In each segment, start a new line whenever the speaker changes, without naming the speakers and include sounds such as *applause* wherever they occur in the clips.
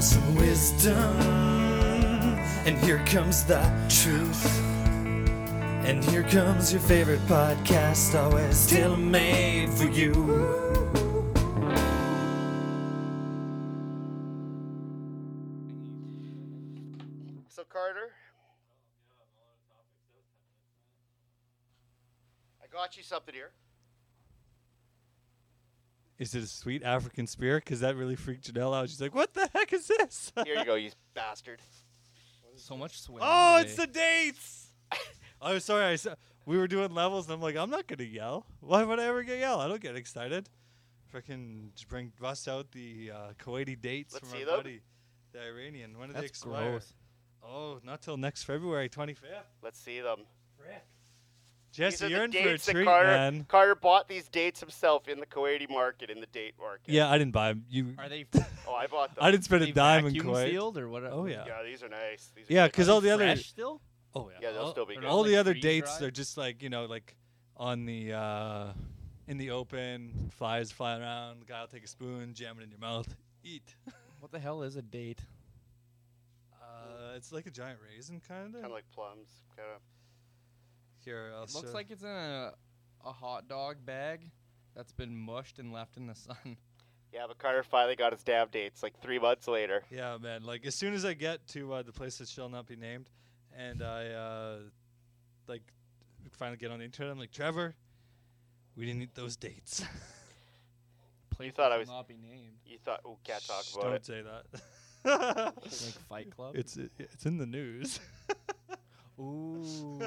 some wisdom. And here comes the truth. And here comes your favorite podcast, always still made for you.
So Carter, I got you something here.
Is it a sweet African spear? Because that really freaked Janelle out. She's like, "What the heck is this?" *laughs*
Here you go, you *laughs* bastard.
So much swing.
oh, it's the dates. *laughs* I'm sorry. I s- we were doing levels, and I'm like, I'm not gonna yell. Why would I ever get yell? I don't get excited. Freaking j- bring bust out the uh, Kuwaiti dates
Let's
from
see
our
them.
buddy, the Iranian. When did they
That's
expire?
gross.
Oh, not till next February 25th.
Let's see them.
Jesse,
these
you're
are
in
the
for a
dates that
treat,
Carter
man.
Carter bought these dates himself in the Kuwaiti market, in the date market.
Yeah, I didn't buy 'em. You, *laughs*
Are they?
Oh, I bought them.
I didn't spend
they
a dime in
vacuum
Kuwait.
sealed or what?
Oh yeah.
Yeah, these are nice. These are
Yeah,
good.
'cause
Are
all
they
the other-
fresh still.
Oh
Yeah, they'll
All-
still be
they're
good.
not
all
like
the other
freeze
dates
dried?
they're just like you know like on the uh in the open flies flying around the guy will take a spoon jam it in your mouth *laughs* eat
What the hell is a date?
uh it's like a giant raisin kind
kind of
of
like plums. Kind of.
here I'll
It looks
show-
like it's in a, a hot dog bag that's been mushed and left in the sun.
Yeah, but Carter finally got his damn dates like three months later.
yeah man like as soon as i get to uh, the place that shall not be named and i uh like finally get on the internet i'm like trevor we didn't eat those dates
Place
thought
that
I
will
was-
not be named.
You thought, ooh, can't
*laughs*
talk
Shh,
about
don't
it.
say that *laughs*
*laughs*
Like Fight Club.
it's it's in the news
*laughs* Ooh.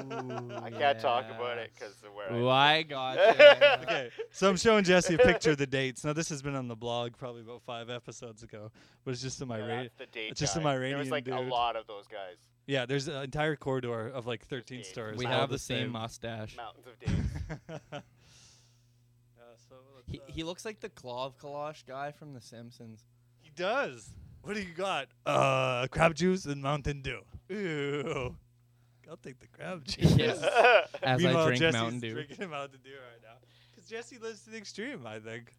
I can't talk about it because of where
Ooh,
I.
I got
*laughs*
it.
okay, so I'm showing Jesse a picture of the dates. Now this has been on the blog probably about five episodes ago, but it's just in my
Yeah,
ra-
Oh, that's the date
it's just
guy.
some
There was
Iranian
like a
dude.
lot of those guys.
yeah. There's an entire corridor of like 13
dates.
stores.
We
all
have the same
*laughs*
mustache.
Mountains of dates.
yeah, so
He, he looks like the Clav Kalash guy from The Simpsons.
he does. What do you got? Uh, crab juice and Mountain Dew. Ew. I'll take the
*laughs*
crab juice.
Yes.
*laughs*
As
Meanwhile,
I drink
Jesse's
Mountain Dew.
drinking Mountain Dew right now. Because Jesse lives to the extreme, I think.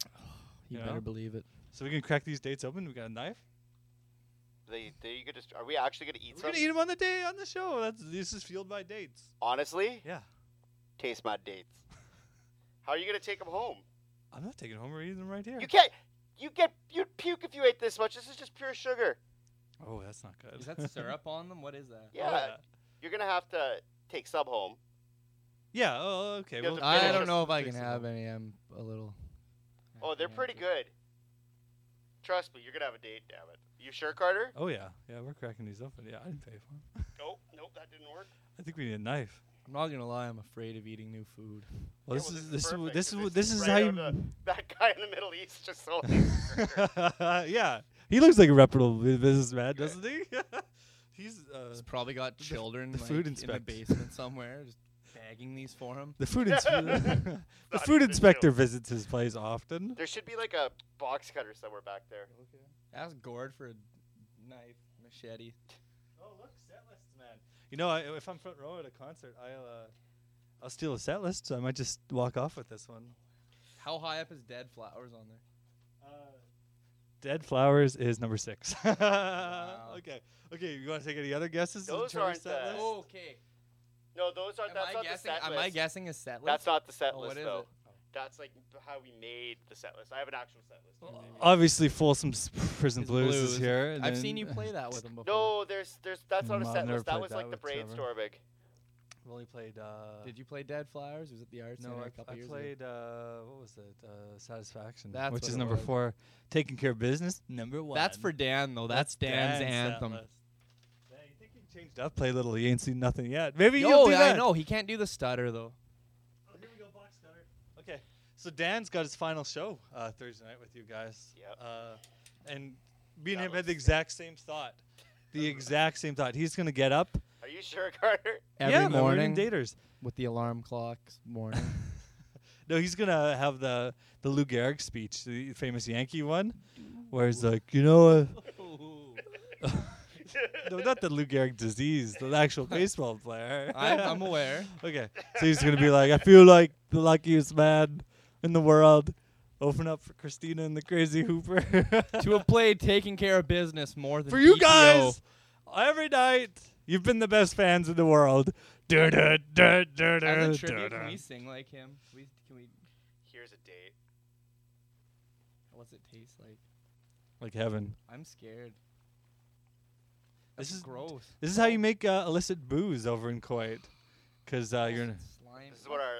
You
Yeah.
better believe it.
So we can crack these dates open. We got a knife.
*laughs* they, they, you could just, are we actually going to eat
We're gonna
something?
eat them on the day on the show. That's this is fueled by dates.
Honestly,
Yeah,
taste my
*laughs*
dates. How are you going to take them home?
I'm not taking them home. We're eating them right here.
You can't. You get you'd puke if you ate this much. This is just pure sugar.
Oh, that's not good. *laughs*
Is that syrup on them? What is that?
Oh, Yeah, you're gonna have to take some home.
Yeah. Oh, okay.
You have
Well,
to
I
finish
don't
it.
know if I
Fix
can
it
have
up.
any. I'm a little.
Oh, they're pretty good. Trust me, you're gonna have a date. Damn it. You sure, Carter?
Oh yeah. Yeah, we're cracking these open. Yeah, I didn't pay for them.
Nope. Nope, that didn't work.
I think we need a knife.
I'm not gonna lie. I'm afraid of eating new food.
Well,
Yeah,
this,
well,
is, this,
perfect,
is, this
'cause
is
it's
this is
right
how
out of
you.
*laughs* that guy in the Middle East just sold.
*laughs*
*laughs*
yeah, he looks like a reputable bu- businessman, doesn't he? *laughs* He's uh,
He's probably got
f-
children
the
like,
food
in the
inspect-
basement *laughs* somewhere, just bagging these for him.
the food ins- *laughs* the
Not
food
even a
inspector
joke.
visits his place often.
There should be like a box cutter somewhere back there.
Ask Gord for a knife, machete.
Oh, look, set lists, man. You know, I, if I'm front row at a concert, I'll uh, I'll steal a set list. So I might just walk off with this one.
How high up is dead flowers on there?
Uh,
Dead Flowers is number six. *laughs* Okay. Okay. You want to take any other guesses?
Those
Trevor
aren't
set
the-
list?
Oh,
Okay.
No, those aren't.
Am
that's
I
not
guessing?
the set
Am
list.
I guessing a set list?
That's not the set
Oh,
list
what is
though.
it?
That's like how we made the set list. I have an actual set list. here, maybe.
Obviously, Folsom's Prison
Is
Blues,
Blues.
is here. and
I've
then- *laughs*
seen you play that with him before.
No, there's there's that's not a
Mom
set
never
list. That
played
was
that
like the
with Trevor.
brainstorming.
I've only played. Uh,
Did you play Dead Flowers? Was it the Arts
no,
Center
I,
a couple
I
years ago?
played. Uh, what was it? Uh, Satisfaction,
That's
which
what
is
it
number
was.
four. Taking care of business, number one.
That's for Dan though. That's, Dan's,
set
anthem.
list. Yeah, you think he changed up? Play little. You ain't seen nothing yet. Maybe you'll
Yo,
do
yeah,
that.
I know he can't do the stutter though.
Here we go, box cutter. Okay, so Dan's got his final show uh, Thursday night with you guys.
Yep.
Uh, and me and
That
him had
looks-
the exact same thought. The exact same thought. He's gonna get up
Are you sure, *laughs* Carter?
Every
yeah, man, we're
morning
doing daters.
with the alarm clocks morning.
*laughs* No, he's gonna have the the Lou Gehrig speech, the famous Yankee one, where he's like, you know, uh, *laughs* no, not the Lou Gehrig disease, the actual baseball player.
I'm, I'm aware.
Okay, so he's gonna be like, I feel like the luckiest man in the world. Open up for Christina and the Crazy Hooper.
*laughs* *laughs* to have played taking care of business more than
for you
BPO.
guys every night. You've been the best fans in the world. Dur, dur, dur, dur, dur,
As a
dur,
tribute,
dur.
can we sing like him? We can we?
Here's a date.
What's it taste like?
Like heaven.
I'm scared.
This
That's
is-
gross.
This is how you make uh, illicit booze over in Kuwait, because uh, you're.
It's slime.
This is what our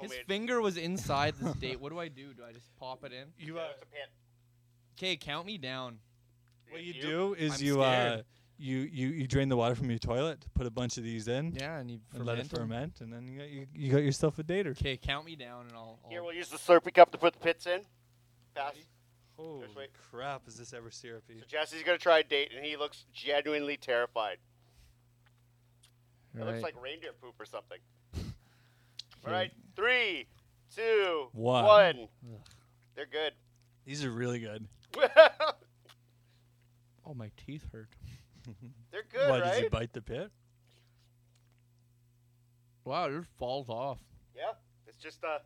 His
homemade.
finger was inside
*laughs*
this date. What do I do? Do I just pop it in?
You
Yeah, it's a pan-
Okay, count me down.
What you
You?
do is
I'm
you uh,
scared.
you you you drain the water from your toilet, put a bunch of these in,
Yeah, and you
and let it ferment, and then you got you, you got yourself a dater.
Okay, count me down, and I'll.
Here,
I'll
we'll use the Slurpee cup to put the pits in. Pass.
Holy
wait.
crap! Is this ever syrupy?
So Jesse's gonna try a date, and he looks genuinely terrified. It looks like reindeer poop
*laughs*
or something. All right, three, two,
One.
one. They're good.
These are really good.
*laughs* They're
oh, my teeth hurt.
good,
Why did
right?
you bite the pit?
Wow, it just falls off.
yeah, it's just uh, a,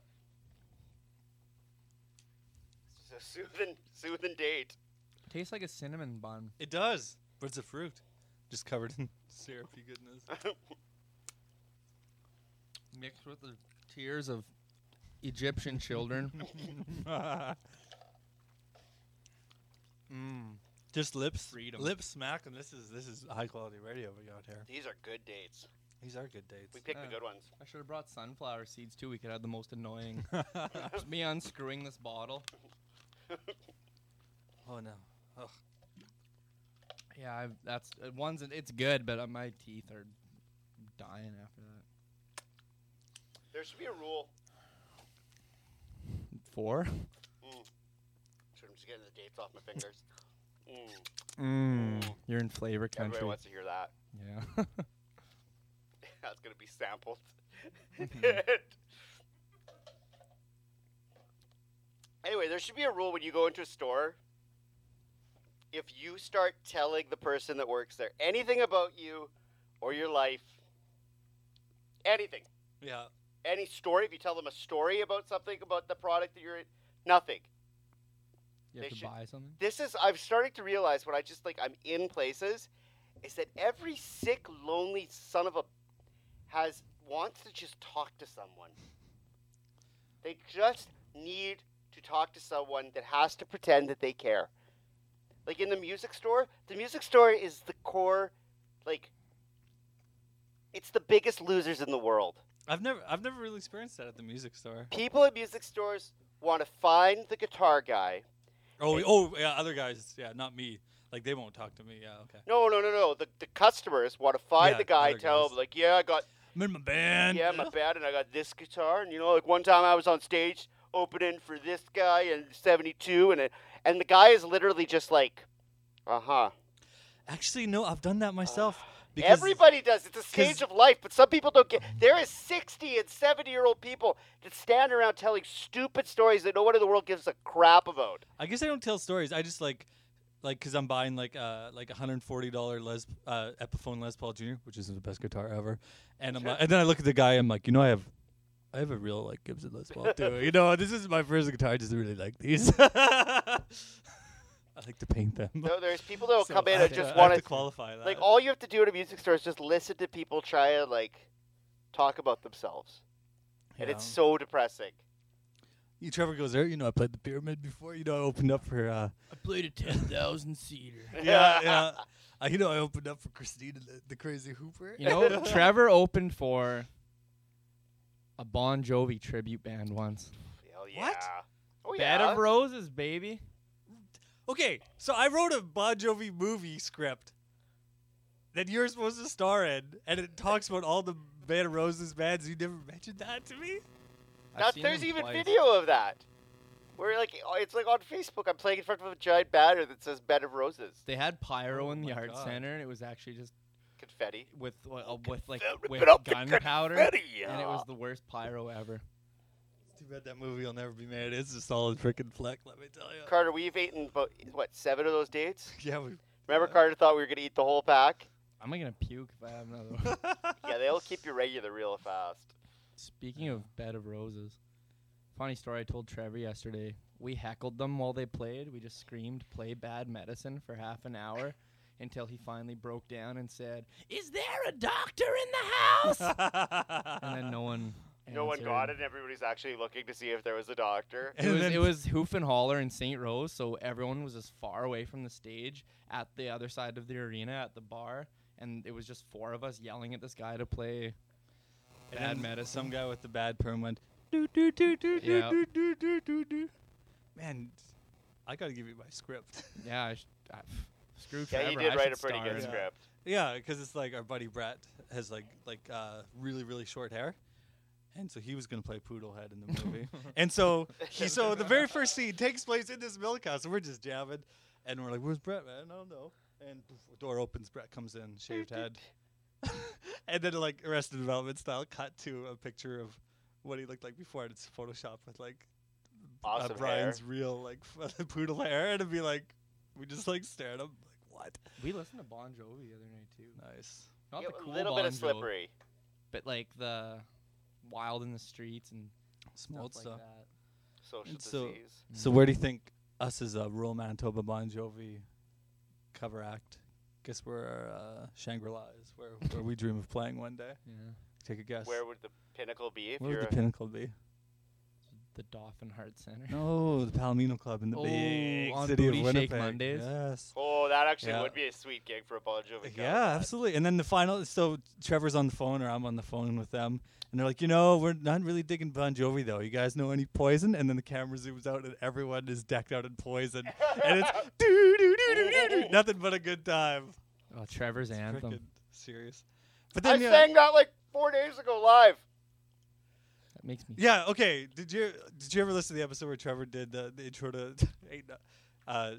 it's just a *laughs* soothing, soothing date. *laughs*
Tastes like a cinnamon bun.
It does, but it's a fruit, just covered in *laughs* syrupy goodness.
mixed with the tears of Egyptian *laughs* children.
mm. *laughs* Just lips,
Freedom.
lip smack, and this is this is high quality radio we got here.
These are good dates.
These are good dates. *laughs*
We picked
Uh.
the good ones.
I should have brought sunflower seeds too. We could have the most annoying. Just me unscrewing this bottle.
oh no! Ugh.
Yeah, I've, that's uh, one's. It's good, but uh, my teeth are dying after that.
There should be a rule.
Four.
Should I'm just getting the dates off my fingers. Mm.
Mm. You're in flavor country.
Everybody wants to hear that.
Yeah. *laughs*
*laughs* That's gonna be sampled. anyway, there should be a rule when you go into a store. If you start telling the person that works there anything about you or your life, anything,
Yeah.
any story, if you tell them a story about something about the product that you're in, nothing.
you
They
have to
should-
buy something.
this is I'm starting to realize when I just like I'm in places, is that every sick, lonely son of a has wants to just talk to someone. They just need to talk to someone that has to pretend that they care. Like in the music store, the music store is the core, like it's the biggest losers in the world.
I've never I've never really experienced that at the music store.
People at music stores want to find the guitar guy
Oh, oh, yeah, other guys, yeah, not me. Like they won't talk to me. Yeah, okay.
No, no, no, no. The, the customers want to find
Yeah,
the guy,
other
tell
guys.
him like, yeah, I got
I'm in my band.
yeah, my bad, and I got this guitar, and you know, like one time I was on stage opening for this guy in '72, and it, and the guy is literally just like, uh huh.
Actually, no, I've done that myself. because
Uh, Everybody does. It's a stage of life, but some people don't get. There is 60 and 70 year old people that stand around telling stupid stories that no one in the world gives a crap about.
I guess I don't tell stories. I just like, like, cause I'm buying like uh like a hundred forty dollar Les uh, Epiphone Les Paul Jr., which is the best guitar ever, and I'm like, and then I look at the guy. I'm like, you know, I have. I have a real like Gibson Les Paul too. You know, this is my first guitar. I just really like these. *laughs* I like to paint them. *laughs*
No, there's people that will
So
come in
I
and
have
just
to, I have to
want
qualify that.
Like all you have to do at a music store is just listen to people try to like talk about themselves, and it's
Yeah.
so depressing.
You Trevor goes there. You know, I played the pyramid before. You know, I opened up for. Uh,
I played a ten thousand seater.
*laughs*
yeah, yeah. I, you know, I opened up for Christina, the, the crazy Hooper.
*laughs* You
*laughs*
know, Trevor opened for a Bon Jovi tribute band once.
Hell yeah.
What?
Oh yeah.
Bed of Roses, baby.
Okay, so I wrote a Bon Jovi movie script that you're supposed to star in, and it talks about all the Band of Roses bands. You never mentioned that to me.
I've
That's,
seen
there's
him
even
twice.
video of that. Where like oh, it's like on Facebook, I'm playing in front of a giant banner that says "Bed of Roses"
They had pyro
Oh
in the
my
art
God.
center, and it was actually just
confetti.
with uh, uh, with like
confetti,
with
but up the
gunpowder,
confetti,
and it
yeah.
was the worst pyro ever.
It's too bad that movie will never be made. It's a solid freaking fleck, let me tell
Uh,
you.
Carter, we've eaten about what seven of those dates.
*laughs* yeah, we.
Remember, Carter thought we were gonna eat the whole pack.
I'm gonna puke if I have another *laughs* one.
Yeah, they'll keep
*laughs*
you regular real fast.
Speaking of bed of roses, funny story I told Trevor yesterday. We heckled them while they played. We just screamed, play bad medicine for half an *laughs* hour until he finally broke down and said, Is there a doctor in *laughs* the house?
*laughs*
and then no one.
No one got
answered.
it, and everybody's actually looking to see if there was a
*laughs*
doctor.
It
And
was,
then-
it was Hoof and Holler in St. Rose, so everyone was as far away from the stage at the other side of the arena at the bar, and it was just four of us yelling at this guy to play
And
bad
then
medicine.
Some guy with the bad perm went. Do, do, do, do, do,
Yeah.
do, do, do, do, do. Man, I gotta give you my script.
Yeah, I sh- I, screw
Yeah,
Trevor.
you did
I
write
should
a pretty
star
good
in it.
script.
yeah, because it's like our buddy Brett has like like uh, really really short hair, and so he was gonna play Poodle Head in the
*laughs*
movie. and so he so the very first scene takes place in this milk house, and we're just jamming, and we're like, "Where's Brett, man? I don't know." And poof, door opens, Brett comes in, shaved head, *laughs* and then like Arrested Development style cut to a picture of what he looked like before, and it's Photoshop with like
Awesome
uh,
hair.
Brian's real like *laughs* poodle hair, and it'd be like we just like stare at him like
We listened to Bon Jovi the other night too.
what? Nice.
Not
Yeah,
the
a
cool
little
bon
bit of
Jovi,
slippery.
but like the Wild in the Streets and
Small
stuff
stuff.
like that.
Social
And so-
disease.
So where do you think us as a rural Manitoba Bon Jovi cover act? Guess where uh, Shangri La is, where where we dream of playing one day.
Yeah,
Take a guess.
Where would the pinnacle be if
Where
you're
would
a
the pinnacle be?
the Dauphin Heart Center.
No, the Palomino Club in the
Oh,
big
on
city
Booty
of
Shake
Winnipeg.
Mondays?
Yes.
Oh, that actually
Yeah.
would be a sweet gig for a Bon Jovi. cover,
Yeah,
that.
absolutely. And then the final, so Trevor's on the phone or I'm on the phone with them, and they're like, you know, we're not really digging Bon Jovi though. You guys know any Poison? And then the camera zooms out and everyone is decked out in Poison, and it's doo doo doo doo doo doo. Nothing but a good time.
Oh, Trevor's anthem.
Frickin' serious. But
I
then uh, yeah,
sang that like four days ago live.
That makes me.
yeah, okay. Did you did you ever listen to the episode where Trevor did the, the intro to *laughs* Ain't No- uh,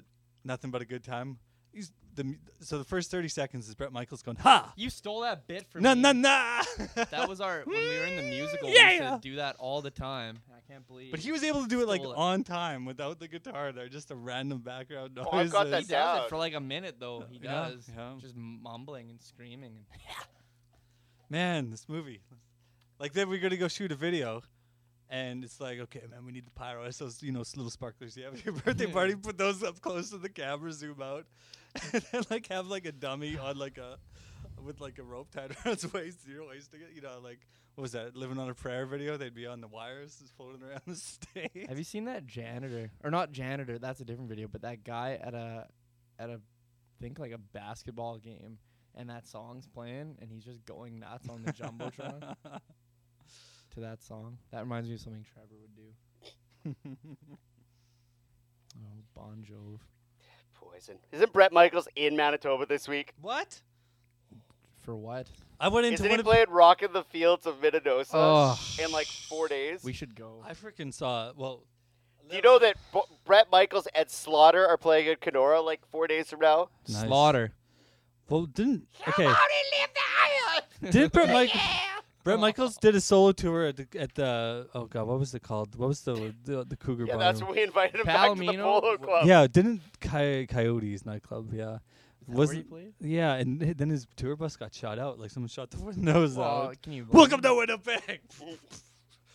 Nothing But a Good Time? He's the mu- so the first thirty seconds is Brett Michaels going ha
You stole that bit from
na
me.
na na. *laughs*
That was our when we were in the musical. We used
yeah.
to do that all the time. I can't believe.
But he was able to do it like
Stole it.
on time without the guitar there, just a random background noise.
Oh, I've got
he
that
does
down.
it for like a minute though. He
Yeah,
does
yeah.
just mumbling and screaming. And
Man, this movie. Like then we're gonna go shoot a video, and it's like, okay, man, we need the pyro. It's those you know s- little sparklers you have at your *laughs* birthday
*laughs*
party. Put those up close to the camera, zoom out, *laughs* and then like have like a dummy on like a with like a rope tied around his waist, your waist to get you know like what was that? Living on a prayer video. They'd be on the wires, just floating around the *laughs* stage.
*laughs* Have you seen that janitor or not janitor? That's a different video. But that guy at a at a I think like a basketball game, and that song's playing, and he's just going nuts on the *laughs* jumbotron to that song. That reminds me of something Trevor would do. oh, Bon Jovi.
Poison. Isn't Brett Michaels in Manitoba this week?
*laughs* what?
For what?
I went into
Isn't
one
he
of
playing Rock in the Fields of Minnedosa
Oh.
in like four days?
We should go.
I freaking saw. Well,
Do you know that Bo- Brett Michaels and Slaughter are playing in Kenora like four days from now?
Nice.
Slaughter.
Well, didn't okay. *laughs*
*laughs*
Did Brett Michaels? Brett Michaels did a solo tour at the, at the oh god, what was it called? What was the the, the Cougar
Yeah,
Bar?
that's when we invited him back to the
Palomino?
Polo
Wh-
*laughs* Club.
yeah, didn't Coy- Coyotes nightclub? Yeah,
Was he
wasn't
played?
yeah, and h- then his tour bus got shot out. Like someone shot the *laughs* windows
Well, *laughs*
out.
can you
Welcome to Winnipeg.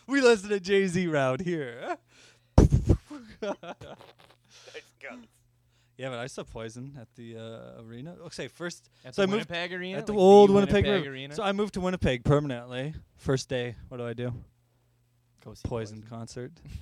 we listen to Jay Z round here. *laughs*
Nice guns.
yeah, but I saw Poison at the uh, arena. Okay, first
At
so
the
I moved
Winnipeg Arena.
at the
like
old Winnipeg, River.
Arena.
So I moved to Winnipeg permanently. First day, what do I do?
Go see
Poison concert.
*laughs*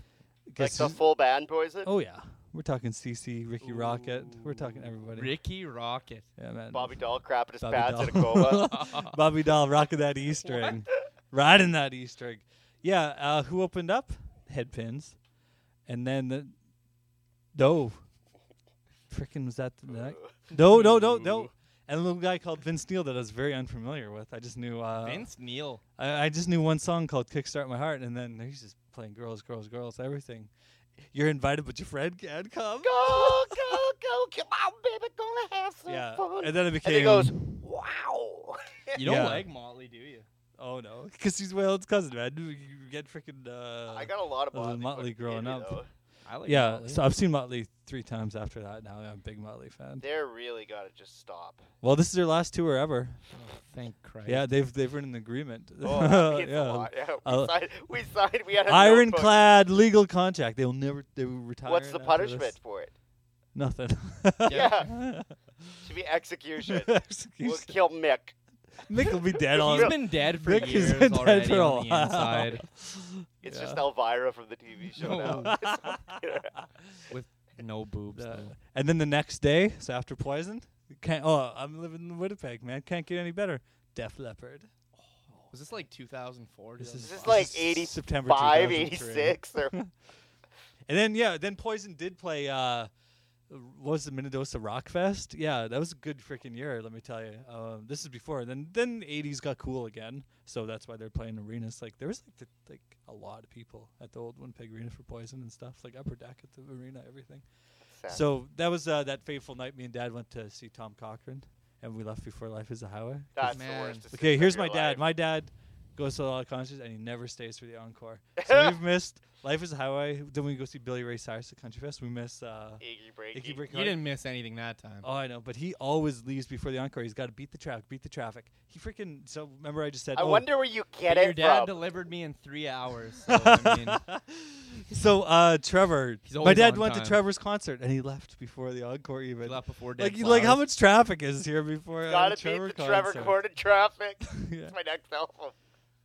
Like
Guess
the
who-
full band poison?
Oh yeah, we're talking CC, Ricky Rocket. We're talking
Ooh.
everybody.
Ricky Rocket.
yeah, man.
Bobby Doll crapping his
Bobby
pants
Dahl.
in a
*laughs*
coma.
Bobby Doll rocking that E
*laughs*
string, riding that E string. Yeah, uh, who opened up? Headpins, and then the no, frickin' was that the night? No, no, no, no. And a little guy called Vince Neil that I was very unfamiliar with. I just knew uh,
Vince Neil.
I, I just knew one song called "Kickstart My Heart," and then he's just playing girls, girls, girls, everything. You're invited, but your friend can't come.
go, go, go. Come on, baby. Gonna have some
Yeah,
fun.
and then it became.
and he goes, wow.
You don't
Yeah.
like Motley, do you?
Oh no, because he's Whale's cousin, man. You you get freaking. Uh,
I got a lot of
That was
Motley,
Motley
fucking in
growing
me,
up.
though.
I like
yeah,
Motley.
so I've seen Motley three times after that. Now I'm a big Motley fan. *laughs*
They're really gotta just stop.
Well, this is their last tour ever.
Oh, Thank Christ.
Yeah, they've they've written an agreement. *laughs*
Oh, it's
yeah.
a lot. Yeah, we,
I'll-
signed, we signed. We had a notebook.
Ironclad legal contract. They'll never they will retire.
What's
after
the
this.
punishment for it?
Nothing.
*laughs*
*laughs*
Yeah. Should be execution. we'll
Excuse-
kill Mick.
Mick will be
*laughs*
dead
He's
on.
Real-
He's been dead for
Mick
years
has been
already
dead for a
on the
while.
inside
*laughs*
It's just Elvira from the TV show now. *laughs*
with no boobs.
Uh,
though.
and then the next day, so after poison, you can't. Oh, I'm living in Winnipeg, man. Can't get any better. Def Leopard.
Was this like 2004?
This
Is
2005?
this like
This is September
85,
2003.
86? Or
And then yeah, then Poison did play. Uh, what was the Minnedosa Rock Fest? Yeah, that was a good freaking year. Let me tell you. Um, this is before. Then then '80s got cool again, so that's why they're playing arenas. Like there was like the, like a lot of people at the old Winnipeg Arena for Poison and stuff. Like upper deck at the arena, everything.
Sad.
So that was uh, that fateful night. Me and Dad went to see Tom Cochran, and we left before life is a highway.
That's
Man.
the worst. decision
Okay,
of
here's
your
my dad.
life.
My dad goes to a lot of concerts and he never stays for the
*laughs*
encore. So we've missed Life is a Highway. Then we go see Billy Ray Cyrus at Country Fest. We miss uh,
Iggy Breaky.
Icky Brick
You didn't miss anything that time.
Oh, I know, but he always leaves before the encore. He's got to beat the traffic, beat the traffic. He freaking. So remember, I just said.
I
oh, *laughs*
wonder where you get
But your
it
dad
from.
delivered me in three hours. So, I mean,
So uh, Trevor,
He's
my
always
dad
on
went to
time.
Trevor's concert and he left before the encore even.
we left before dead
Like, like how
flowers.
much traffic is here before uh,
Gotta
the Trevor
beat the Trevor
concert?
Gordon traffic.
*laughs* yeah.
It's my next album.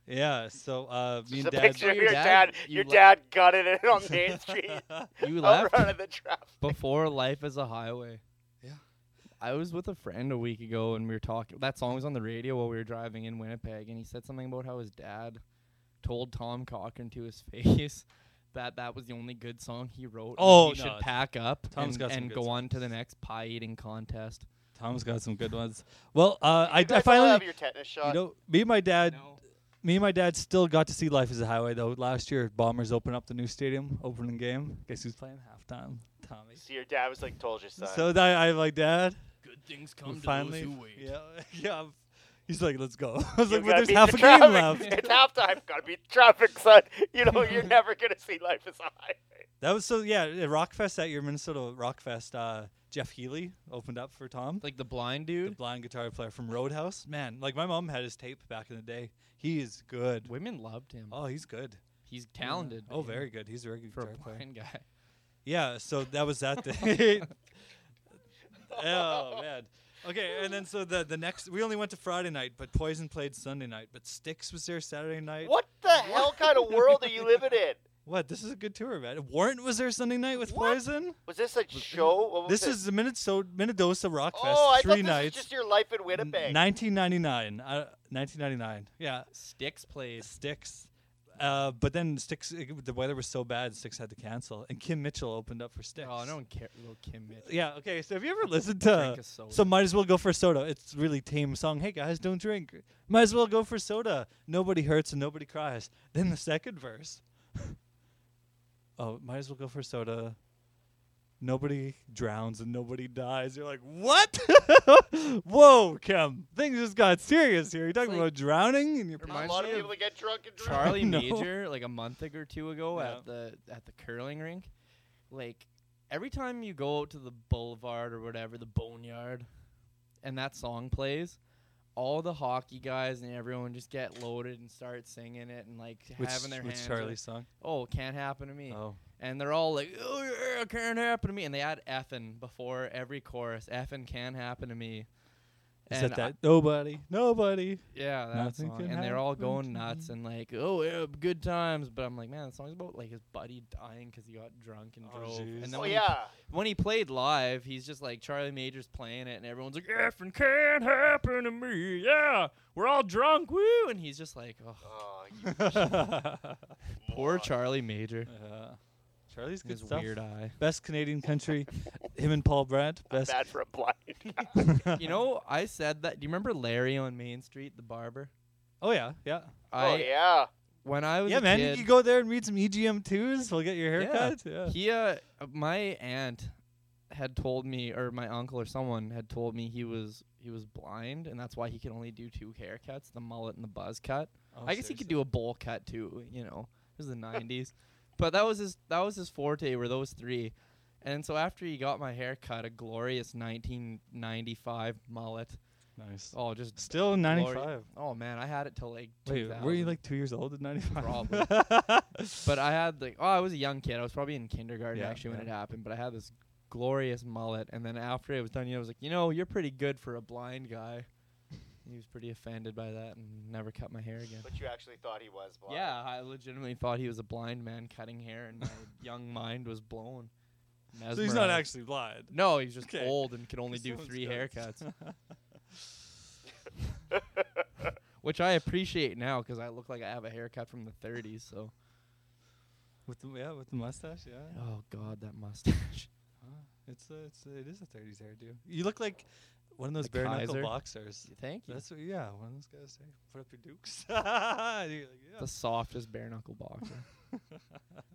yeah. So uh, me and
Just a
dad.
picture of
Your
your dad.
dad- you
Your
le-
dad gutted it on
*laughs*
Main Street. *laughs*
You
Out
left
front of the traffic.
before life is a highway.
Yeah.
I was with a friend a week ago and we were talking. That song was on the radio while we were driving in Winnipeg, and he said something about how his dad told Tom Cochran to his *laughs* face that that was the only good song he wrote. and that
Oh,
he
no.
should pack up
Tom's
and,
got some
and
good
go on to the next pie eating contest.
Tom's got some good ones. Well, uh, I,
You guys
I
all have
finally,
your tetanus
you
shot.
know, me and my dad,
No.
me and my dad still got to see Life is a Highway though. Last year, Bombers opened up the new stadium, opening game. Guess who's playing halftime? Tommy.
so your dad was like, "Told you, son."
So that I'm like, Dad,
Good things
we finally, yeah, *laughs* yeah. I'm- He's like, let's go. *laughs* I was
You
like,
gotta
well, there's
beat
half
the
a game
traffic.
left.
*laughs* it's halftime. Gotta beat the traffic, son. You know
*laughs*
you're never gonna see life as high.
That was so yeah. At Rockfest that year, Minnesota Rockfest, uh, Jeff Healy opened up for Tom.
Like the blind
the
dude.
blind guitar player from Roadhouse. Man, like my mom had his tape back in the day. He is good.
Women loved him.
Oh, he's good.
He's talented.
Oh,
man,
very good. He's a very good
for a
guitar player.
blind guy. *laughs*
Yeah, so that was
*laughs*
that day. *laughs* oh man. Okay, and then so the the next we only went to Friday night, but Poison played Sunday night, but Styx was there Saturday night.
What the hell kind of world are you living in?
What? This is a good tour, man. Warrant was there Sunday night with
What?
Poison.
Was this a show? What
*laughs*
was
This is the Minnesota Minnedosa Rock Fest,
Oh, I thought
three
this
nights.
was just your life in
n-
Winnipeg.
1999. Uh, 1999. Yeah.
Sticks plays.
Sticks. Uh, but then Sticks, the weather was so bad, Sticks had to cancel. And Kim Mitchell opened up for Sticks.
Oh, no one cares about Kim Mitchell.
Yeah, okay. So have you ever listened
Drink
to.
a soda.
So might as well go for soda. It's really tame song. Hey guys, don't drink. Might as well go for soda. Nobody hurts and nobody cries. Then the second verse. *laughs* oh, might as well go for soda. Nobody drowns and nobody dies. You're like, what? *laughs* Whoa, Kim. Things just got serious here. You're talking
like-
about drowning and you're
a
Reminds
lot of
me
people that get drunk and drunk.
*laughs*
Charlie
No.
Major, like a month ago or two ago at
Yeah.
the at the curling rink, like every time you go out to the boulevard or whatever, the boneyard, and that song plays, all the hockey guys and everyone just get loaded and start singing it and like
which,
having their
which
hands. up.
Charlie's song?
Oh, can't happen to me.
Oh.
And they're all like, oh, yeah, can't happen to me. And they add effing before every chorus. Effing can happen to me.
Is
and
that that? nobody.
*laughs*
Nobody. *laughs*
Yeah, that
Nothing
song.
can
And they're all
happen to
going nuts and like, oh, yeah, good times. But I'm like, man, the song's about like his buddy dying because he got drunk and
Oh,
drove.
jeez.
And then
Oh
*laughs*
when,
yeah.
he, when he played live, he's just like Charlie Major's playing it, and everyone's like, effing can't happen to me. Yeah, we're all drunk, woo. And he's just like, oh,
Oh, you
poor
moron.
Charlie Major.
Yeah. Charlie's good
His
stuff.
weird eye.
Best Canadian country. Him and Paul Brandt.
I'm
Best.
*laughs* bad for a
*laughs*
blind. guy.
you know, I said that. Do you remember Larry on Main Street, the barber?
Oh yeah, yeah,
oh
I
yeah.
when I was
yeah,
a
man.
kid,
You go there and read some EGM twos. We'll get your
Yeah.
haircut. *laughs* Yeah.
he uh my aunt had told me or my uncle or someone had told me he was he was blind and that's why he could only do two haircuts the mullet and the buzz cut
Oh,
i guess he could do a bowl cut too you know it was the 90s but that was his that was his forte were those three and so after he got my haircut a glorious 1995 mullet
Nice.
Oh, just
Still in
glory.
95.
Oh man, I had it till like.
Wait, were you
2000.
like two years old in 95? *laughs*
Probably. But I had like, oh, I was a young kid. I was probably in kindergarten
Yeah,
actually when
yeah.
it happened. But I had this glorious mullet, and then after it was done, you know, I was like, you know, you're pretty good for a blind guy. He was pretty offended by that and never cut my hair again.
But you actually thought he was blind.
Yeah, I legitimately thought he was a blind man cutting hair,
*laughs*
and my young mind was blown.
so he's not
Mesmerized.
actually blind.
No, he's just
Okay. *laughs*
old and could only
Just
do
someone's
three
good.
haircuts,
*laughs*
which I appreciate now because I look like I have a haircut from the 30s. So,
with the, yeah, with the mustache, yeah.
oh god, that *laughs* mustache.
Huh. It's a, it's a, it is a 30s hairdo. You look like one of those
Like
bare knuckle
Kaiser?
boxers.
Thank you.
That's what, yeah, one of those guys say, put up your dukes. *laughs* You're like, yeah.
the softest bare knuckle boxer. *laughs*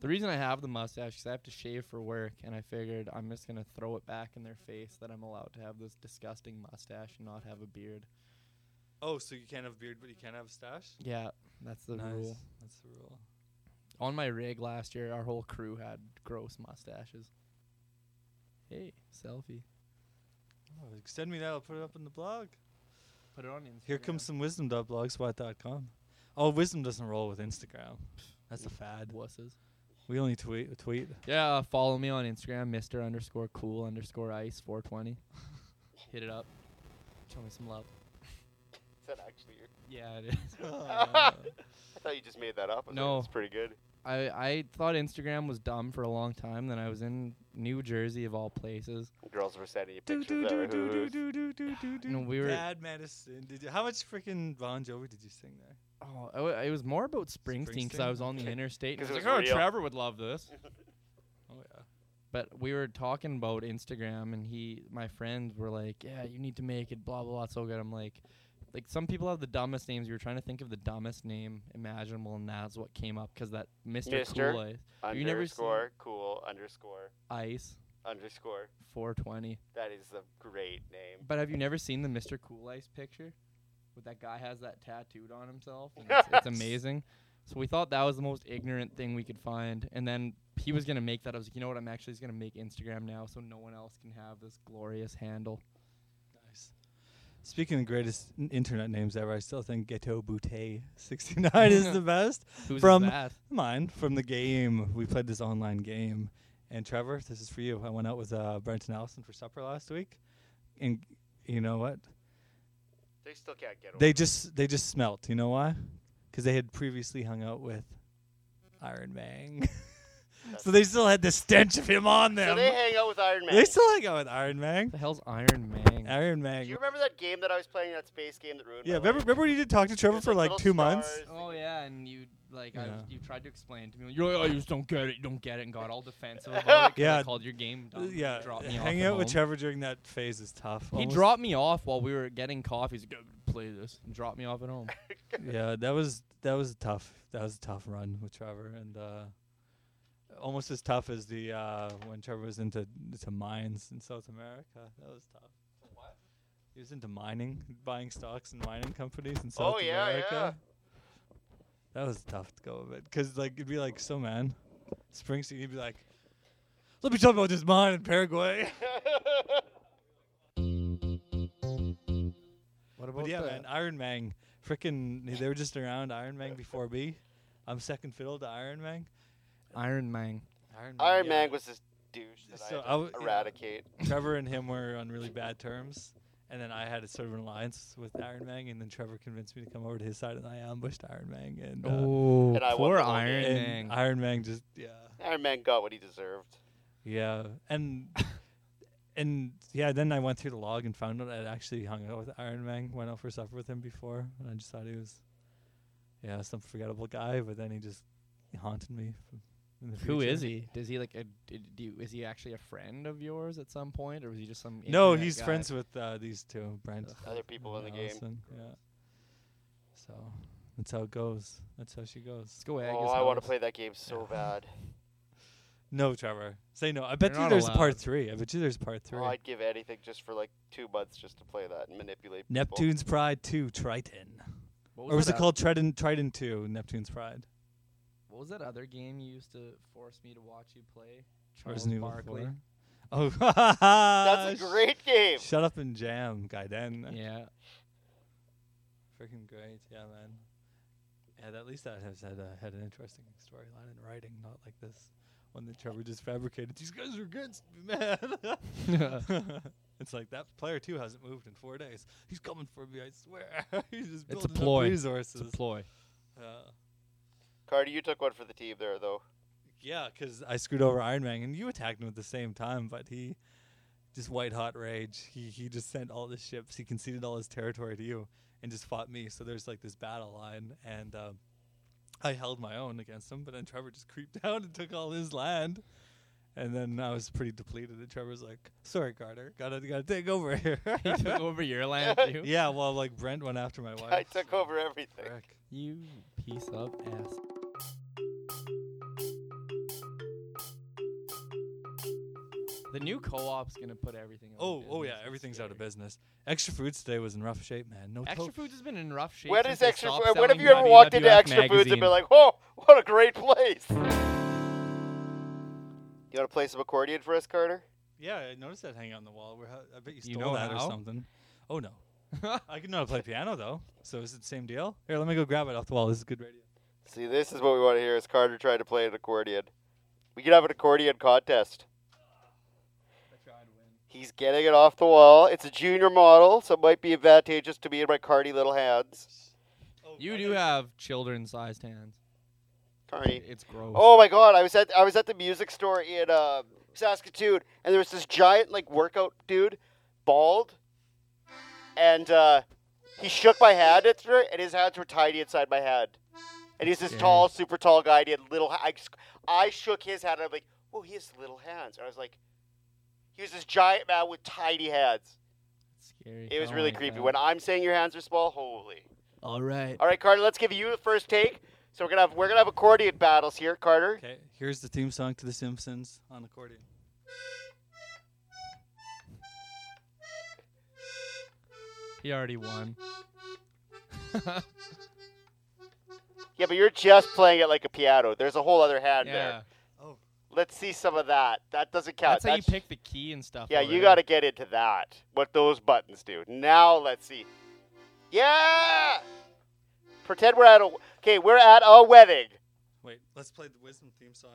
the reason I have the mustache is I have to shave for work, and I figured I'm just gonna throw it back in their face that I'm allowed to have this disgusting mustache and not have a beard.
Oh, so you can't have a beard, but you can have a stash?
Yeah, that's the
nice.
rule.
That's the rule.
On my rig last year, our whole crew had gross mustaches. Hey, selfie.
Oh, send me that. I'll put it up in the blog.
Put it on Instagram.
Here comes some wisdom.blogspot.com. Oh, wisdom doesn't roll with Instagram. That's a fad.
wusses.
We only tweet. Tweet.
Yeah, uh, follow me on Instagram, Mister underscore Cool underscore Ice four twenty. *laughs* Hit it up. Show me some love.
Is that actually
*laughs*
your?
Yeah, it is.
*laughs* I thought you just made that up. I was like,
No.
That's pretty good.
I, I thought Instagram was dumb for a long time. Then I was in New Jersey of all places.
Girls were sending you
Do,
pictures
do,
that
do,
were
do, do,
*laughs* hoo-hoos.
do, do, do, do, do.
No, we were-
Bad medicine. Did you, how much freaking Bon Jovi did you sing there?
Oh, I w- it was more about Springsteen because I
Springsteen?
was on the
Okay.
interstate. And
'Cause
I
it
was
was
like,
real."
oh, Trevor would love this.
Oh yeah.
But we were talking about Instagram, and he, my friends, were like, "Yeah, you need to make it blah blah blah." it's So good. I'm like, like some people have the dumbest names. We were trying to think of the dumbest name imaginable, and that's what came up because that Mister
Mister?
Cool Ice, you never seen-
Underscore cool underscore
Ice
underscore.
420.
That is a great name.
But have you never seen the Mr. Cool Ice picture? What that guy has that tattooed on himself. and It's, it's amazing. So we thought that was the most ignorant thing we could find, and then he was gonna make that. I was like, you know what? I'm actually just gonna make Instagram now, so no one else can have this glorious handle.
Nice. Speaking of the greatest n- internet names ever, I still think Ghetto Boutte 69 is
*laughs*
the best.
Who's
From-
that?
Mine from the game. We played this online game. And Trevor, this is for you. I went out with uh, Brent and Allison for supper last week. And you know what?
They still can't get over.
They just they just smelt. You know why? Because they had previously hung out with Iron Man. *laughs* so they still had the stench of him on
it.
them.
So they hang out with Iron Man.
They still hang out with Iron Man.
The hell's Iron Man?
Iron
Do
Man.
you remember that game that I was playing? That space game that ruined.
Yeah,
my
remember,
life?
remember when you did talk to Trevor
There's,
for like
little
two months?
stars.
Oh yeah, and you like I
Yeah.
was, you tried to explain it to me. You're like, I just don't get it. You don't get it, and got all defensive about it. 'cause
Yeah.
I called your game
Uh,
dumb. and
yeah,
dropped me off
hanging
at
out with
home.
Trevor during that phase is tough.
He
almost-
dropped me off while we were getting coffee. He's like, "Go play this. And dropped me off at home.
Yeah, that was that was tough. That was a tough run with Trevor, and uh, almost as tough as the uh, when Trevor was into into mines in South America. That was tough.
what?
He was into mining, buying stocks in mining companies in South
Oh, yeah,
America.
yeah.
That was tough to go with it, cause like it'd be like, so man, Springsteen, he'd be like, let me talk about this mine in Paraguay.
What about
But yeah, man, Iron Man, freaking, they were just around Iron Man before B. I'm second fiddle to Iron Man.
Iron Man?
Iron Man,
*laughs* Iron
yeah.
Man was this douche that
So I
I
w-
had to
yeah.
eradicate.
Trevor and him were on really bad terms, and then I had a sort of an alliance with Iron Man, and then Trevor convinced me to come over to his side, and I ambushed Iron Man, and, uh,
oh,
And I won
poor
the whole
Iron
game.
and
Man.
Iron Man just yeah,
Iron Man got what he deserved.
yeah, and and yeah. Then I went through the log and found out I'd actually hung out with Iron Man, went out for supper with him before, and I just thought he was yeah some forgettable guy, but then he just haunted me. f- In the
Who
future.
is he? Does he like? A, d- do you, is he actually a friend of yours at some point, or was he just some?
No,
internet
he's
guy?
friends with uh, these two, Brent.
Other people in the
and
game.
Allison, Yeah. So that's how it goes. That's how she goes.
Let's go. egg
Oh,
his
I want to
house.
play that game so bad.
No, Trevor. Say no. I bet you
not
there's a part
allowed.
three. I bet you there's part three.
Oh, I'd give anything just for like two months just to play that and manipulate people.
Neptune's Pride 2, Triton.
What
Or was
that
it
oth-
called Triton, Triton 2, Neptune's Pride?
What was that other game you used to force me to watch you play?
Or
Charles
Resident Evil
*laughs* Barkley.
4? Oh,
That's a great game.
Shut up and jam, Gaiden.
Yeah.
Freaking great, yeah, man. Yeah, at least that has had uh, had an interesting storyline in writing, not like this one that Trevor just fabricated. These guys are against me, *laughs*
*laughs*
man. it's like that player too hasn't moved in four days. He's coming for me, I swear. *laughs* He's just
It's a
building up
ploy. It's
resources.
ploy.
Uh,
Cardi, you took one for the team there, though.
yeah, because I screwed over Iron Man, and you attacked him at the same time, but he just white hot rage. He he just sent all the ships. He conceded all his territory to you, and just fought me. So there's like this battle line, and um, I held my own against him. But then Trevor just creeped *laughs* down and took all his land, and then I was pretty depleted. And Trevor's like, "Sorry, Carter, gotta gotta take over here."
*laughs* *laughs* He took over your land too.
*laughs* yeah, well, like Brent went after my
I
wife.
took over everything.
Frick.
You piece of ass. The new co-op's gonna put everything. *laughs* out of
Oh, oh yeah,
business. It's
everything's out of
scary.
business. Extra Foods today was in rough shape, man. No
Extra
to-
Foods has been in rough shape.
When
since
is
they
extra?
stopped
When have
selling
you ever walked into
WWF
extra foods and
magazine.
been like, "Whoa, what a great place"? You want to play some accordion for us, Carter?
Yeah, I noticed that hanging on the wall. Where I bet you
You
stole
know
that
how?
or something. Oh no,
*laughs*
I can know how to play piano though. So is it the same deal? Here, let me go grab it off the wall. This is good radio.
See, this is what we want to hear: is Carter trying to play an accordion? We could have an accordion contest. He's getting it off the wall. It's a junior model, so it might be advantageous to me and my carny little hands.
Oh,
You do have children-sized hands.
Carny.
It's gross.
Oh my god, I was at I was at the music store in uh, Saskatoon, and there was this giant like workout dude, bald, and uh, he shook my hand at her, and his hands were tiny inside my hand, and he's this
Yeah.
tall, super tall guy, and he had little. ha- I, just- I shook his hand, and I'm like, whoa, he has little hands, and I was like, he was this giant man with tiny hands.
It's scary.
It was really creepy. When I'm saying your hands are small, holy.
All right.
All right, Carter, let's give you the first take. So we're gonna have we're gonna have accordion battles here, Carter.
Okay, here's the theme song to The Simpsons on accordion.
He already *laughs* won.
Yeah, but you're just playing it like a piano. There's a whole other hand
yeah.
there. Let's see some of that. That doesn't count.
That's how you pick the key and stuff.
Yeah, you
already.
got to get into that. What those buttons do. Now let's see. Yeah. Pretend we're at a. Okay, we're at a wedding.
Wait, let's play the Wisdom theme song.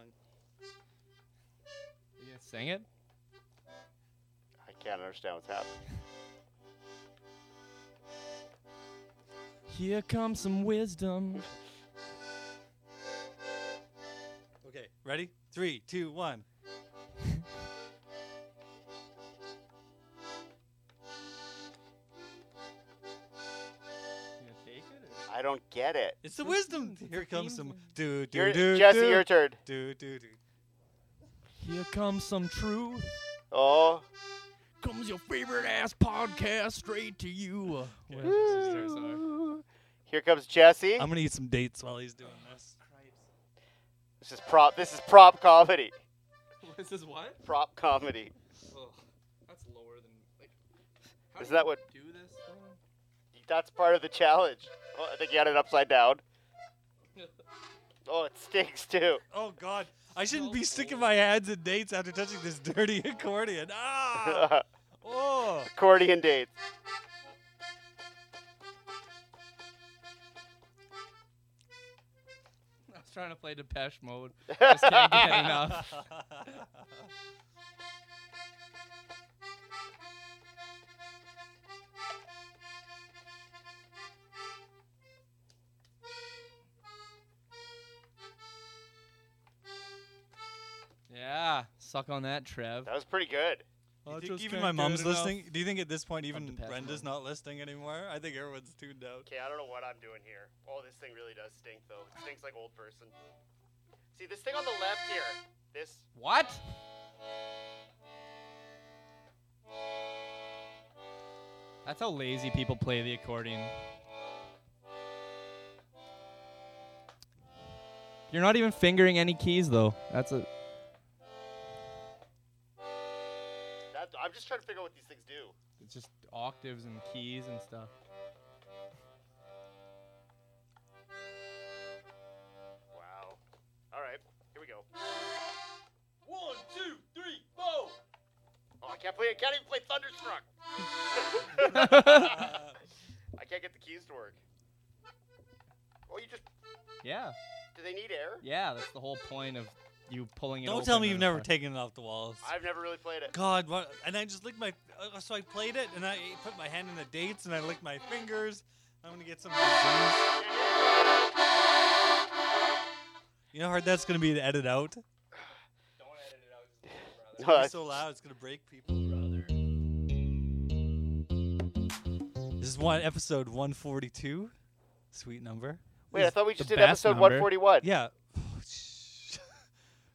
You gonna sing it.
I can't understand what's happening.
Here comes some wisdom.
Okay, ready? Three, two, one.
I don't get it.
It's the Wisdom. th- Here comes some. Do do
Your-
do.
Jesse,
do,
your turn.
Do do do.
Here comes some truth.
Oh,
Comes your favorite ass podcast straight to you.
here comes Jesse.
Um,
I'm gonna eat some dates while he's doing this.
This is prop. This is prop comedy.
This *laughs* is what?
Prop comedy.
that's lower than like.
Is that what?
Do this?
That's part of the challenge. Oh, I think you had it upside down. Oh, it stinks too.
Oh God, I shouldn't be sticking my hands in dates after touching this dirty *laughs* accordion. *laughs* Ah! *laughs* Oh!
Accordion dates.
*laughs* I was trying to play Depeche Mode. *laughs* Just can't
*laughs*
get enough. Yeah, suck on that, Trev.
That was pretty good.
You think even my mom's listening. Do you think at this point even
Depeche
Brenda's
Mode.
not listening anymore? I think everyone's tuned out. *laughs*
Okay, I don't know what I'm doing here. Oh, this thing really does stink though. It stinks like old person. See this thing on the left here. This
What? That's how lazy people play the accordion. You're not even fingering any keys though. That's a
that I'm just trying to figure out what these things do.
it's just octaves and keys and stuff. *laughs*
Wow. Alright, here we go. can't play. Oh, I can't even play
*laughs*
Thunderstruck. I can't get the keys to work. Well, you just.
Yeah.
Do they need air?
Yeah, that's the whole point of you pulling it.
Don't tell
open
me
in
you've
the
never
front.
taken it off the walls.
I've never really played it.
God, what? And I just licked my. Uh, so I played it, and I put my hand in the dates, and I licked my fingers. I'm gonna get some. disease. You know how hard that's gonna be to edit
*laughs*
out. It's so loud, it's gonna break people. This is one episode 142. Sweet number.
Wait, I thought we just
the
did
best
episode
number.
141.
Yeah. *laughs*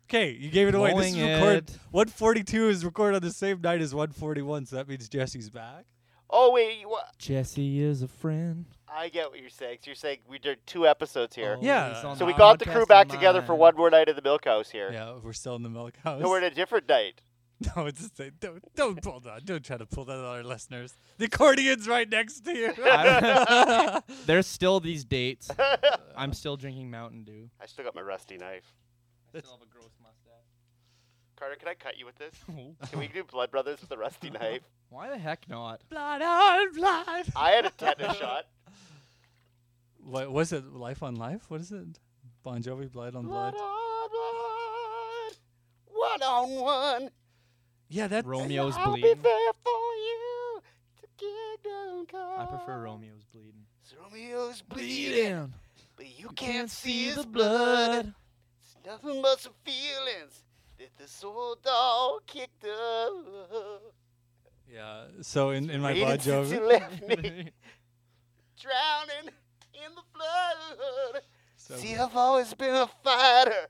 okay, you gave it away. This is
Blowing
record.
it.
142 is recorded on the same night as 141, so that means Jesse's back.
Oh wait, you, what?
Jesse is a friend.
I get what you're saying. So you're saying we did two episodes here.
Oh, Yeah.
He's on
so we got the
podcast
crew back
of
together for
mine.
one more night at the Milk House here.
Yeah, we're still in the milk house.
No, we're at a different night.
*laughs* No, it's just say, don't don't pull that. Don't try to pull that on our listeners. The accordion's right next to you.
*laughs* I-
*laughs*
There's still these
*laughs*
dates. I'm still drinking Mountain Dew.
I still got my rusty knife.
I still have a gross mustache.
Carter, can I cut you with this? Can we do Blood Brothers with a rusty knife?
Why the heck not?
blood on blood.
I had a tetanus shot.
What was it? Life on life? What is it? Bon Jovi, blood on blood.
Blood on blood, one on one.
Yeah, that
Romeo's
I'll
bleeding.
be there for you to get down cold.
I prefer Romeo's bleeding.
*laughs* Romeo's bleeding, but you can't, see his blood. It's nothing but some feelings that this old dog kicked up.
Yeah. So in, in my Bon
Waited since you
Jovi.
left *laughs* me drowning in the flood.
So,
See, I've always been a fighter.
*laughs*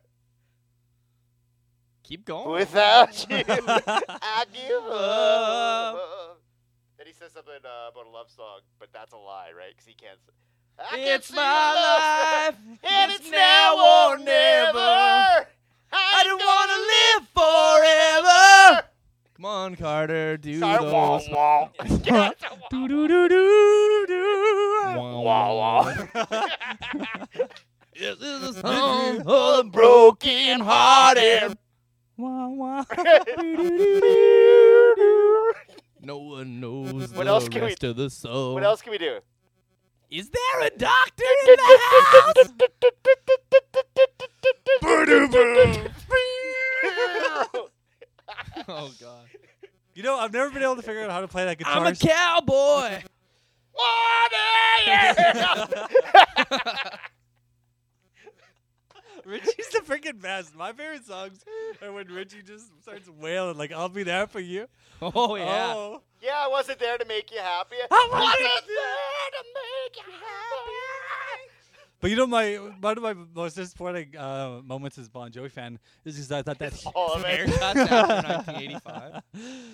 Keep going.
*laughs* Without you, I give up. Then he says something uh, about a love song, but that's a lie, right? Because he can't. s- I can't
it's
sing a
my
love
life,
song, and it's now or never.
I
I
don't
don't
wanna
wanna
live forever. Come on, Carter, do
Sorry, wah,
those.
wah. Yeah, it's a
do
wah,
do do do do.
Wah,
wah, *laughs* wah.
This is the song of the
Broken hearted.
Wah, *laughs* wah.
No one knows
What
the
else can we-
rest of the song.
What else can we do?
Is there a doctor in the house? *laughs* oh God!
You know, I've never been able to figure out how to play that guitar.
I'm a cowboy.
*laughs* Richie's the freaking best. My favorite songs are when Richie just starts wailing, like, I'll be there for you.
*laughs* Oh yeah.
Oh.
Yeah, I wasn't there to make you happy.
I wasn't
there to make you happy.
But you know, my one of my most disappointing uh, moments as Bon Jovi fan is because I
*laughs*
thought that
All of it.
Haircuts after 1985.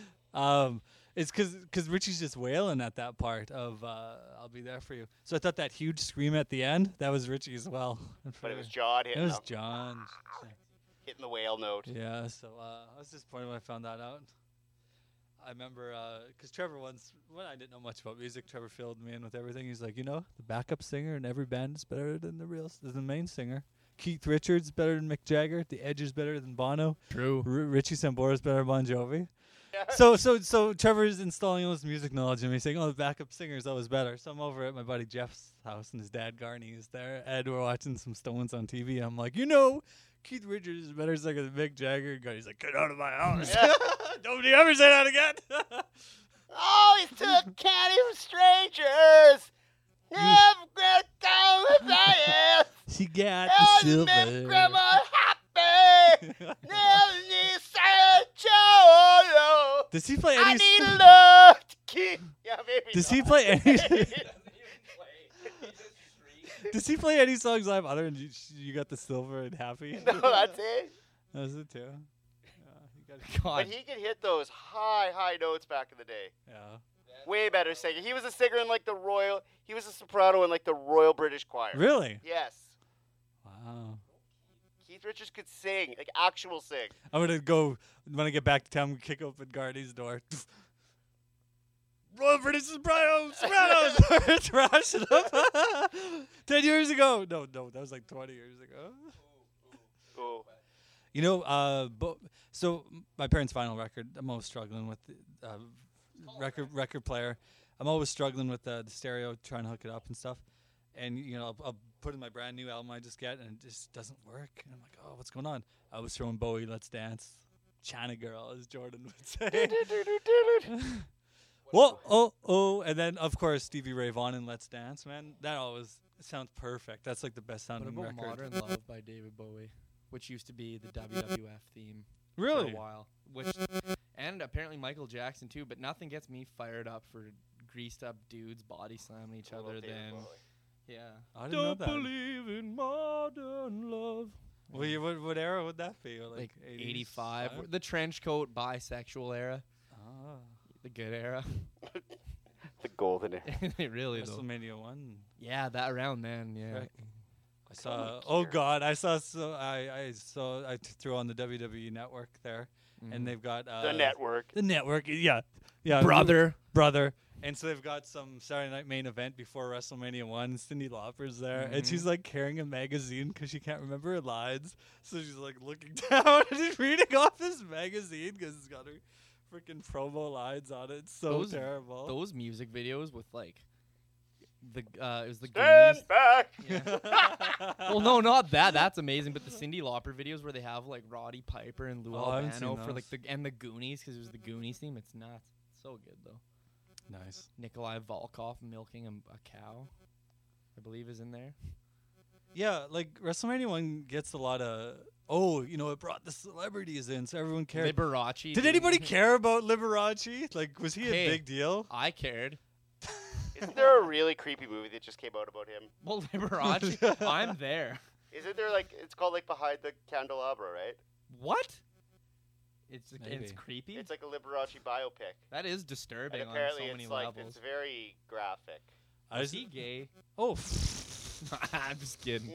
*laughs* um, it's because Richie's just wailing at that part of uh, "I'll be there for you." So I thought that huge scream at the end that was Richie as well. *laughs*
But it was John
It
hitting,
was
the-
John.
hitting the whale note.
Yeah, so uh, I was disappointed when I found that out. I remember because Trevor once, when I didn't know much about music, Trevor filled me in with everything. He's like, you know, the backup singer in every band is better than the real, s- than the main singer. Keith Richards better than Mick Jagger. The Edge is better than Bono.
True.
R- Richie Sambora is better than Bon Jovi.
*laughs*
so so so Trevor's installing all his music knowledge in me, saying, "Oh, the backup singer is always better." So I'm over at my buddy Jeff's house, and his dad Garney is there, and we're watching some Stones on TV. I'm like, you know, Keith Richards is a better singer than Mick Jagger. And Garney's like, "Get out of my house! *laughs*
Yeah.
Don't you ever say that again!" *laughs*
Always Oh, took candy from strangers. Never gonna go
*laughs*
with my ass.
she got
Always
the
made
silver.
grandma happy. Never need sad joy.
*laughs* Does he play
I
any?
need love to keep. Yeah, maybe.
Does
not.
he play any? *laughs* Does he play any songs live other than you, you got the silver and happy?
*laughs* no, that's it.
*laughs* That was it too. Yeah, you gotta-
God.
But he could hit those high, high notes back in the day.
yeah.
Way better singer. He was a singer in like the Royal. He was a soprano in like the Royal British Choir.
Really?
Yes.
Wow.
Keith Richards could sing, like actual sing.
I'm gonna go when I get back to town. we Kick open Gardy's door. *laughs* Royal British Sopranos, *laughs* Sopranos, trash it up. Ten years ago. No, no, that was like 20 years ago.
Ooh.
You know, uh, bo- so my parents' vinyl record. I'm always struggling with the, uh, record record player. I'm always struggling with the, the stereo, trying to hook it up and stuff. And you know, I'll, I'll put in my brand new album I just get, and it just doesn't work. And I'm like, oh, what's going on? I was throwing Bowie, Let's Dance, China Girl, as Jordan would say. *laughs* Whoa, oh, oh, and then of course Stevie Ray Vaughan and Let's Dance, man. That always sounds perfect. That's like the best
What
sounding
about
record.
Modern Love by David Bowie, which used to be the WWF theme
Really?
for a while, which and apparently Michael Jackson too. But nothing gets me fired up for greased up dudes body slamming each
Little
other
David
than
Bowie.
yeah.
I didn't know that.
believe in modern love.
Well, you, what, what era would that be? Like,
Like 85, wh- the trench coat bisexual era, Oh.
Ah,
the
*laughs*
good era. *laughs*
The golden era.
it really though.
WrestleMania one.
Yeah, that around then. Yeah.
Right. I saw. Oh
here.
God, I saw. So I, I saw. I t- threw on the WWE Network there,
Mm-hmm. Mm.
and they've got uh,
the network.
The network. Yeah, yeah.
Brother.
brother. And so they've got some Saturday night main event before WrestleMania one. Cindy Lauper's there, and
Mhm.
she's like carrying a magazine because she can't remember her lines. So she's like looking *laughs* down and just reading off this magazine because it's got her freaking promo lines on it. It's so
Those-
terrible.
Those music videos with like the uh, it was the
Stand
Goonies-
back.
*laughs* Yeah. well, no, not that. That's amazing. But the Cindy Lauper videos where they have like Roddy Piper and Lou
Oh, I haven't
Albano
seen
for like the
those.
and the Goonies because it was the Goonies theme. It's nuts. It's so good though.
nice.
Nikolai Volkoff milking a, a cow, I believe, is in there.
Yeah, like WrestleMania one gets a lot of oh, you know, it brought the celebrities in, so everyone cared.
Liberace.
Did
doing- *laughs*
anybody care about Liberace? Like, was he a
Hey.
big deal?
I cared.
Isn't there a really creepy movie that just came out about him?
*laughs* Well, Liberace, I'm there.
Isn't there like it's called like Behind the Candelabra, right?
What? It's
Maybe.
it's creepy.
It's like a Liberace biopic.
that is
And
disturbing on so
apparently
many
it's like
levels.
it's very graphic.
I
*laughs*
Is *laughs*
just-
he gay?
oh,
I'm just kidding.